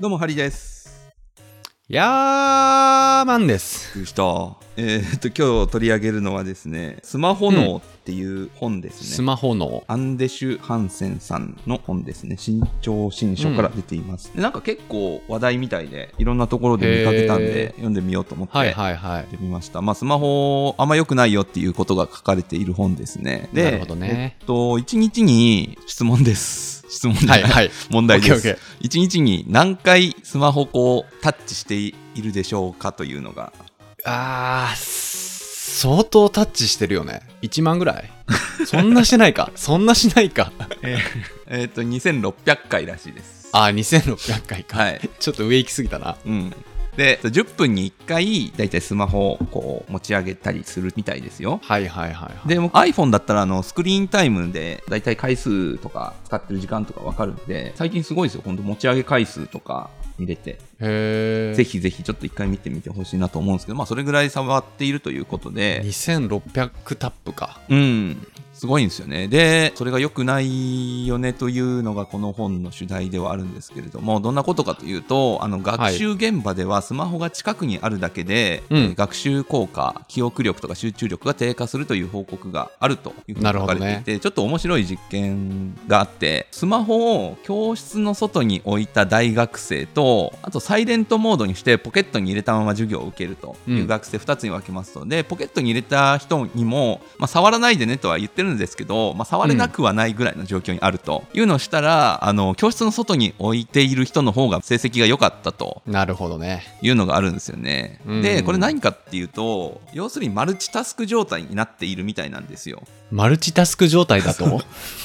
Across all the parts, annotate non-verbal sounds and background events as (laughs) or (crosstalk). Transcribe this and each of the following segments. どうもハリです。ヤーマンです。びっくりした。えーっと今日取り上げるのはですね、スマホ脳っていう本ですスね。マホの。アンデシュ・ハンセンさんの本ですね。新潮新書から出ています、でなんか結構話題みたいで、いろんなところで見かけたんへでー、読んでみようと思って。はいはいはい。 (laughs) やってみました。まあ、スマホ、あんま良くないよっていうことが書かれている本ですね。でなるほどねえっと、1日に質問です。質問じゃなはいいはい。問題でオッケーすオッ1ケ。日に何回スマホをタッチしているでしょうかというのが。あー、相当タッチしてるよね。1万ぐ (laughs) らいそんなしてないか。そんなしないか。えっと、2600回らしいです。あー、2600回か。はい。ちょっと上行き過ぎたな。うん。で、10分に1回、だいたいスマホをこう持ち上げたりするみたいですよ。はいはいはい、はい。で、もう iPhone だったらあのスクリーンタイムでだいたい回数とか使ってる時間とかわかるんで、最近すごいですよ。今度持ち上げ回数とか見れて、へー。ぜひぜひちょっと一回見てみてほしいなと思うんですけど、まあそれぐらい触っているということで、 2600タップか。うん。すごいんですよね。で、それが良くないよねというのがこの本の主題ではあるんですけれども、どんなことかというと、あの学習現場ではスマホが近くにあるだけで、うんえー学習効果、記憶力とか集中力が低下するという報告があるというふうになる書ほかどれねていて、ちょっと面白い実験があって、スマホを教室の外に置いた大学生と、あとサイレントモードにしてポケットに入れたまま授業を受けるといううん学生2つに分けますので、ポケットに入れた人にも、まあ、触らないでねとは言ってるんですけど、まあ、触れなくはないぐらいの状況にあるというのをしたら、あの教室の外に置いている人の方が成績が良かったとなるほどね。いうのがあるんですよね。うんでこれ何かっていうと要するにマルチタスク状態になっているみたいなんですよ。マルチタスク状態 (laughs) だとこ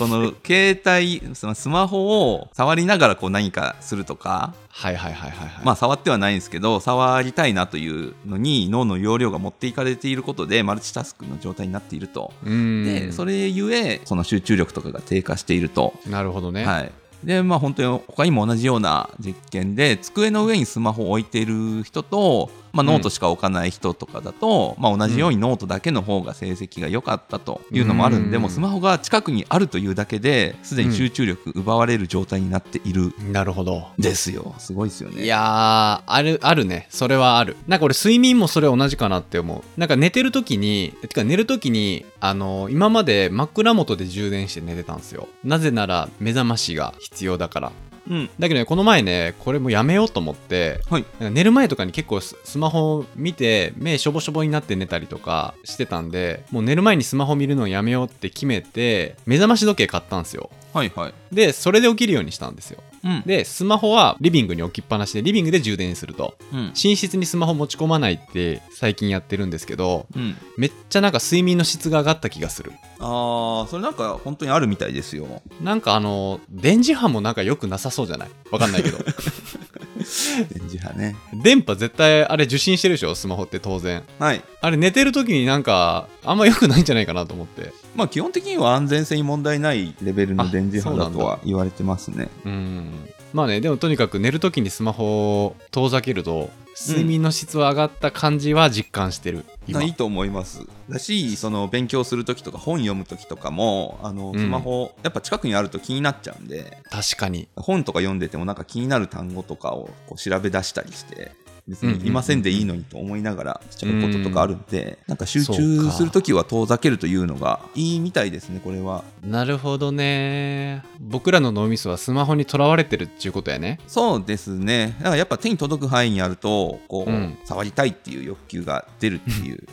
の携帯そのスマホを触りながらこう何かするとかはいはいはいはいはい。まあ触ってはないんですけど触りたいなというのに脳の容量が持っていかれていることでマルチタスクの状態になっていると。うーん。でそれゆえその集中力とかが低下していると。なるほどね。はいでまあ、本当に他にも同じような実験で机の上にスマホを置いている人と、まあ、ノートしか置かない人とかだと、まあ、同じようにノートだけの方が成績が良かったというのもあるんで、うんもうスマホが近くにあるというだけですでに集中力奪われる状態になっているんなるほど。ですよすごいですよね。いやーあるあるねそれはあるなんか俺睡眠もそれ同じかなって思うなんか寝てる時にてか寝る時にあの今まで枕元で充電して寝てたんですよなぜなら目覚ましが必要だからうんだけどねこの前ねこれもうやめようと思ってはいなんか寝る前とかに結構ススマホ見て目しょぼしょぼになって寝たりとかしてたんでもう寝る前にスマホ見るのやめようって決めて目覚まし時計買ったんですよはいはい。でそれで起きるようにしたんですようんでスマホはリビングに置きっぱなしでリビングで充電するとうん寝室にスマホ持ち込まないって最近やってるんですけどうん、めっちゃなんか睡眠の質が上がった気がするああそれなんか本当にあるみたいですよ。なんかあの電磁波もなんか良くなさそうじゃないわかんな (laughs) いけど電磁波ね。電波絶対あれ受信してるでしょスマホって当然はい。あれ寝てる時になんかあんま良くないんじゃないかなと思ってまあ基本的には安全性に問題ないレベルの電磁波だとあそうなは言われてますね。うんまあねでもとにかく寝る時にスマホを遠ざけると睡眠の質は上がった感じは実感してる、今ないと思いますだしその勉強するときとか本読むときとかもあのうんスマホ、やっぱ近くにあると気になっちゃうんで確かに本とか読んでてもなんか気になる単語とかをこう調べ出したりして別にいませんでいいのにと思いながらしちゃうこととかあるんで、なんか集そう中かするときは遠ざけるというのがいいみたいですねこれはなるほどね僕らの脳みそはスマホにとらわれてるっちゅうことやねそうですねだからやっぱ手に届く範囲にあるとこう、うん触りたいっていう欲求が出るっていう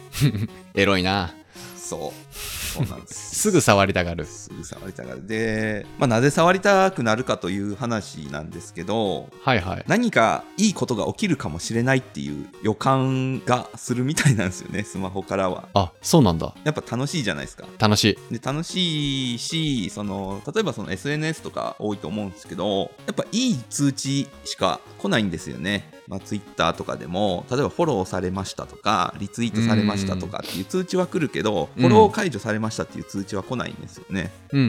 エロいなそうそうなんですすぐ触りたがるすぐ触りたがるで、まあ、なぜ触りたくなるかという話なんですけどはいはい何かいいことが起きるかもしれないっていう予感がするみたいなんですよねスマホからはあそうなんだやっぱ楽しいじゃないですか楽しいで楽しいしその例えばその SNS とか多いと思うんですけどやっぱいい通知しか来ないんですよね、まあ、Twitter とかでも例えばフォローされましたとかリツイートされましたとかっていう通知は来るけどフォロー解除されましたっていう通知は来ないんですよね、うんうん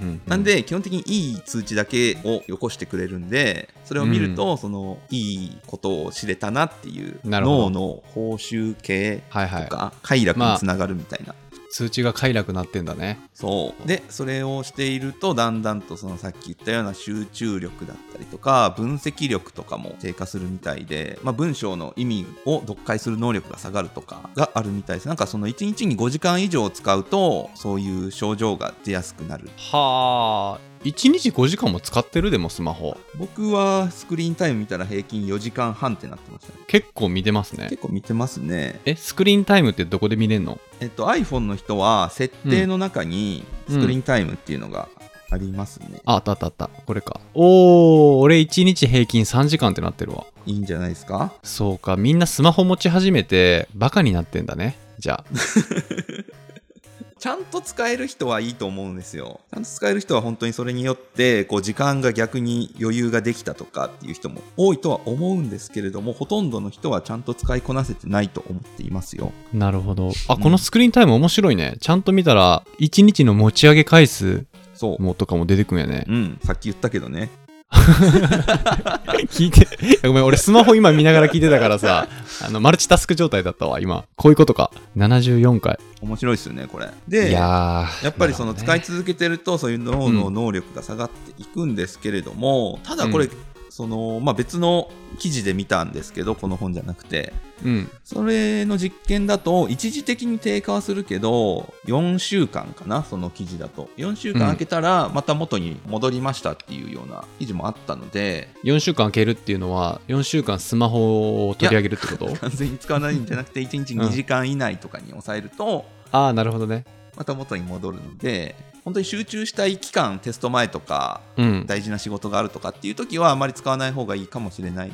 うんうんなんで基本的にいい通知だけをよこしてくれるんでそれを見ると、そのいいことを知れたなっていうなる脳ほどの報酬系はいはといか快楽につながるみたいな、通知が快楽になってんだね。そうでそれをしているとだんだんとそのさっき言ったような集中力だったりとか分析力とかも低下するみたいで、まあ、文章の意味を読解する能力が下がるとかがあるみたいですなんかその1日に5時間以上使うとそういう症状が出やすくなるはあ。1日5時間も使ってるでもスマホ。僕はスクリーンタイム見たら平均4時間半ってなってましたね結構見てますね結。構見てますねえ、スクリーンタイムってどこで見れんのえっと iPhone の人は設定の中にスクリーンタイムっていうのがありますね、あ、あったあったあった。これか。おー、俺1日平均3時間ってなってるわ。いいんじゃないですかそうか、みんなスマホ持ち始めて、バカになってんだね。じゃあ。ちゃんと使える人はいいと思うんですよ。ちゃんと使える人は本当にそれによって、こう時間が逆に余裕ができたとかっていう人も多いとは思うんですけれども、ほとんどの人はちゃんと使いこなせてないと思っていますよ。なるほど。あ、うんこのスクリーンタイム面白いね。ちゃんと見たら、1日の持ち上げ回数そう。もとかも出てくんやねう。ん、さっき言ったけどね。聞いて、 (laughs) いやごめん、俺スマホ今見ながら聞いてたから (laughs) さ、あの、マルチタスク状態だったわ、今。こういうことか。74回。面白いですよね、これ。いで、ややーっぱりそのなるほどね使い続けてると、そういう脳の能力が下がっていくんですけれども、ただこれ、うんその、まあ、別の記事で見たんですけど、この本じゃなくて、うん。それの実験だと、一時的に低下はするけど、4週間かな、その記事だと。4週間空けたら、また元に戻りましたっていうような記事もあったので、 (laughs) 4週間開けるっていうのは、4週間スマホを取り上げるって (laughs) こと完全に使わないんじゃなくて、1日うん2時間以内とかに抑えると、ああ、なるほどね。また元に戻るので、本当に集中したい期間、テスト前とか、うん。大事な仕事があるとかっていう時は、あまり使わない方がいいかもしれない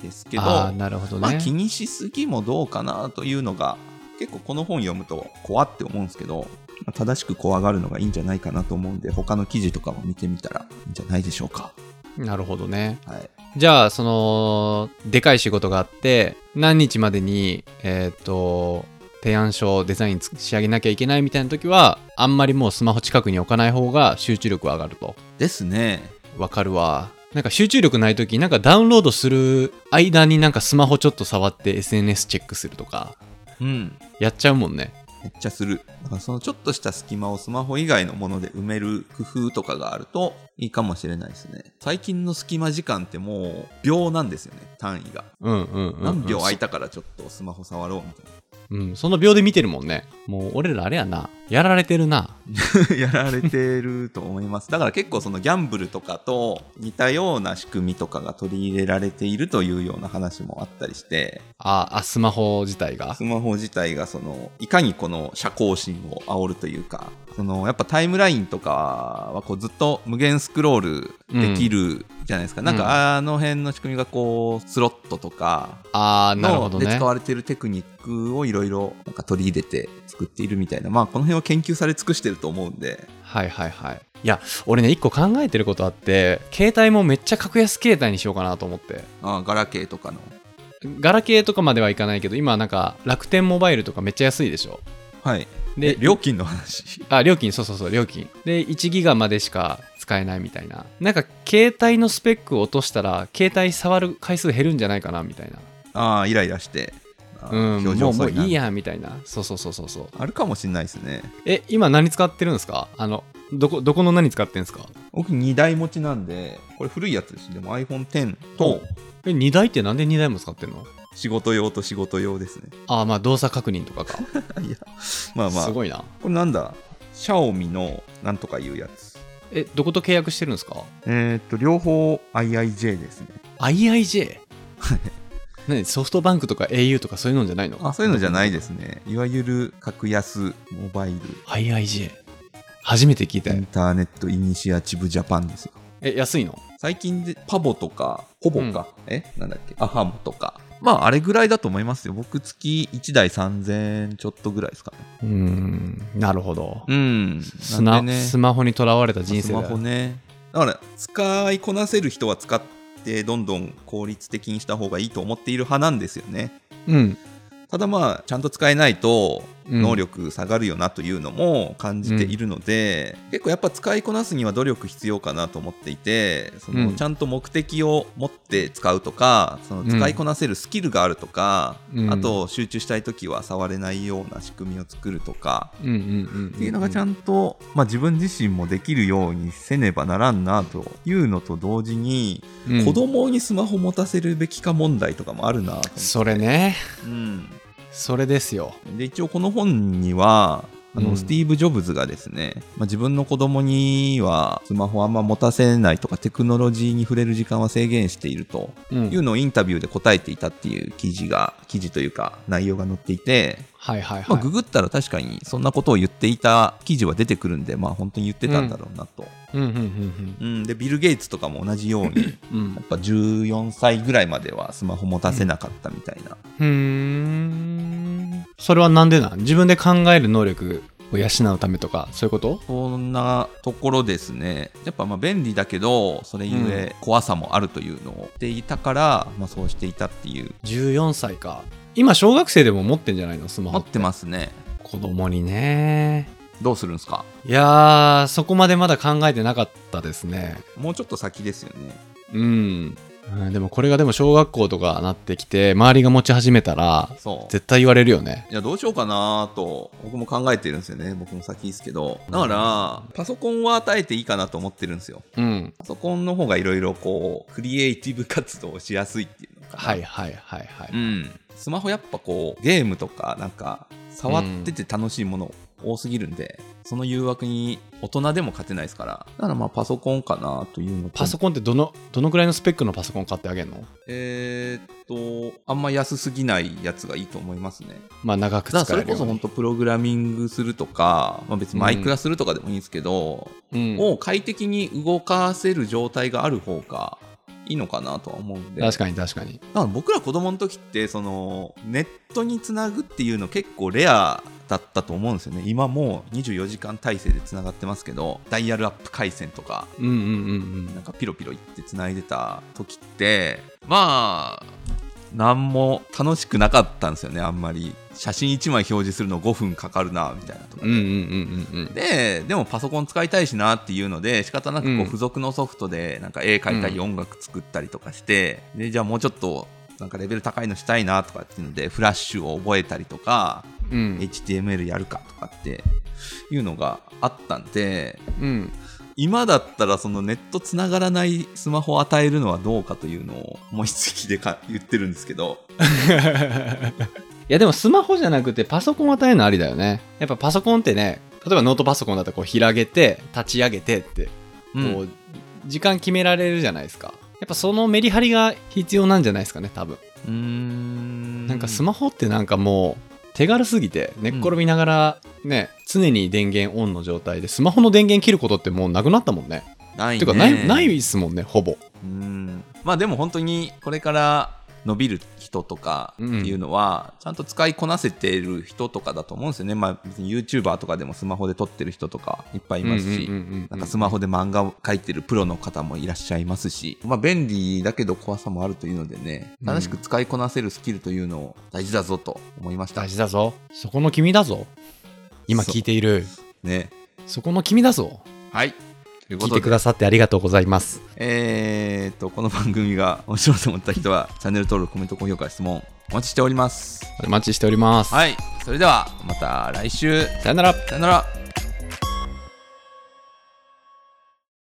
ですけど、ああ、なるほどね。まあ、気にしすぎもどうかなというのが結構この本読むと怖って思うんですけどまあ正しく怖がるのがいいんじゃないかなと思うんで他の記事とかも見てみたらいいんじゃないでしょうか。なるほどね。はい、じゃあ、その、でかい仕事があって、何日までに、えーっ、と、提案書、デザインつ仕上げなきゃいけないみたいな時は、あんまりもうスマホ近くに置かない方が集中力は上がると。ですね。わかるわ。なんか集中力ない時、なんかダウンロードする間になんかスマホちょっと触って SNS チェックするとか、うんやっちゃうもんね。めっちゃする。だからそのちょっとした隙間をスマホ以外のもので埋める工夫とかがあるといいかもしれないですね。最近の隙間時間ってもう秒なんですよね、単位が。うんうんうん、うん。何秒空いたからちょっとスマホ触ろうみたいな。うん、その秒で見てるもんね。もう俺らあれやな。やられてるな。 (laughs) やられてると思います。だから結構そのギャンブルとかと似たような仕組みとかが取り入れられているというような話もあったりして、ああ、スマホ自体がス。マホ自体がそのいかにこの社交心を煽るというか、そのやっぱタイムラインとかはこうずっと無限スクロールできるじゃないですか。なんうんかあの辺の仕組みがこうスロットとかああ、なるほのどでね使。われてるテクニックをいろいろなんか取り入れて作っているみたいな、まあこの辺は研究され尽くしてると思うんで、はいはいはい。いや、俺ね、一個考えてることあって、携帯もめっちゃ格安携帯にしようかなと思って。あーガラケーとかの。ガラケーとかまではいかないけど、今なんか楽天モバイルとかめっちゃ安いでしょ。はい。でえ、料金の話 (laughs) あ、料金、そうそうそう、料金。で、1ギガまでしか使えないみたいな。なんか、携帯のスペックを落としたら、携帯触る回数減るんじゃないかなみたいな。ああイライラして、あうー表ん、も情うもそうにないいるや、みたいな。そうそうそうそうそう。あるかもしれないですねえ、今何使ってるんですかあの、どこ、どこの何使ってるんですか僕2台持ちなんでこれ古いやつですねでも iPhone10 ほとうえ、2台ってなんで2台も使ってんの仕事用と仕事用ですね (laughs) ああ、まあ動作確認とかか。いやまあますあこごいな。れなんだシャオミのなんとかいうやつえ、どこと契約してるんですかえー、っと両方 IIJ ですね ?IIJ? 何ソフトバンクとか au とかそういうのじゃないのあそういうのじゃないですねいわゆる格安モバイル IIJ 初めて聞いたイよンターネットイニシアチブジャパンですよえ安いの最近でパボとか、ほぼか、えなんだっけ、アハモとか。まあ、あれぐらいだと思いますよ。僕、月1台3000円ちょっとぐらいですかね。うーんなるほどうん。スマなんでねスマホにとらわれた人生スだマホね。だから、使いこなせる人は使って、どんどん効率的にした方がいいと思っている派なんですよね。うんただまあ、ちゃんと使えないと、うん能力下がるよなというのも感じているので、結構やっぱ使いこなすには努力必要かなと思っていてその、うんちゃんと目的を持って使うとかその使いこなせるスキルがあるとか、うんあと集中したい時は触れないような仕組みを作るとか、うんうんうんうんっていうのがちゃんと、まあ、自分自身もできるようにせねばならんなというのと同時に、うん子供にスマホ持たせるべきか問題とかもあるなと思ってそれねうん、それですよで一応この本にはあの、うんスティーブ・ジョブズがですね、まあ、自分の子供にはスマホあんま持たせないとかテクノロジーに触れる時間は制限しているとうんいうのをインタビューで答えていたっていう記事が記事というか内容が載っていてはいはいまあ、はいググったら確かにそんなことを言っていた記事は出てくるんで、まあ、本当に言ってたんだろうなと、うんうんうんうんでビル・ゲイツとかも同じように (laughs) うんうんやっぱ14歳ぐらいまではスマホ持たせなかったみたいな、うーんそれはなんでなん自分で考える能力を養うためとかそういうことそんなところですねやっぱまあ便利だけどそれゆえ怖さもあるというのをしていたから、まあ、そうしていたっていう14歳か今小学生でも持ってんじゃないのスマ持っホてますね子供にねどうするんですかいやーそこまでまだ考えてなかったですねもうちょっと先ですよねうん、うん、でもこれがでも小学校とかなってきて周りが持ち始めたらそう絶対言われるよねいやどうしようかなと僕も考えてるんですよね僕も先ですけどだからパソコンは与えていいかなと思ってるんですようんパソコンの方がいろいろこうクリエイティブ活動をしやすいっていうのかなはいはいはいはういんスマホやっぱこうゲームとかなんか触ってて楽しいもの多すぎるんで、その誘惑に大人でも勝てないですからだからまあパソコンかなというのとパソコンってどのどのくらいのスペックのパソコン買ってあげるのえーっとあんま安すぎないやつがいいと思いますねまあ長くだから使そえれるよこそう本当プログラミングするとか、まあ、別にマイクラするとかでもいいんですけど、にうんを快適に動かせる状態がある方がいいのかなとは思うんで確かに確かにだから僕ら子供の時ってそのネットにつなぐっていうの結構レアだったと思うんですよね今もう24時間体制でつながってますけどダイヤルアップ回線とかうんうんうんなんかピロピロいってつないでた時ってまあ何も楽しくなかったんですよねあんまり写真1枚表示するの5分かかるなみたいなとかうんうんうんうんうんででもパソコン使いたいしなっていうので仕方なくこううん付属のソフトでなんか絵描いたりう音楽作ったりとかして、でじゃあもうちょっとなんかレベル高いのしたいなとかっていうのでフラッシュを覚えたりとか、うん HTML やるかとかっていうのがあったんでうん今だったらそのネットつながらないスマホを与えるのはどうかというのを思いつきでか言ってるんですけどいやでもスマホじゃなくてパソコン与えるのありだよねやっぱパソコンってね例えばノートパソコンだったらこう開けて立ち上げてってうんこう、時間決められるじゃないですかやっぱそのメリハリが必要なんじゃないですかね多分うーんなんかスマホってなんかもう手軽すぎて寝っ転びながらね、常に電源オンの状態でスマホの電源切ることってもうなくなったもんねない、ね、てかないないですもんねほぼうんまあでも本当にこれから伸びる人とかっていうのは、ちゃんと使いこなせている人とかだと思うんですよね。まあ別に YouTuber とかでもスマホで撮ってる人とかいっぱいいますし、うんうんうんうんなんかスマホで漫画を描いてるプロの方もいらっしゃいますし、まあ便利だけど怖さもあるというのでね、うん正しく使いこなせるスキルというのを大事だぞと思いました大。事だぞそこの君だぞ今聞いているね。そこの君だぞはい。というこ聞いとてくで、ださってありがとうございますえーっと、この番組が面白いと思った人はチャンネル登録、コメント、高評価、質問お待ちしております。お待ちしております、はい、それではまた来週さよならさよなら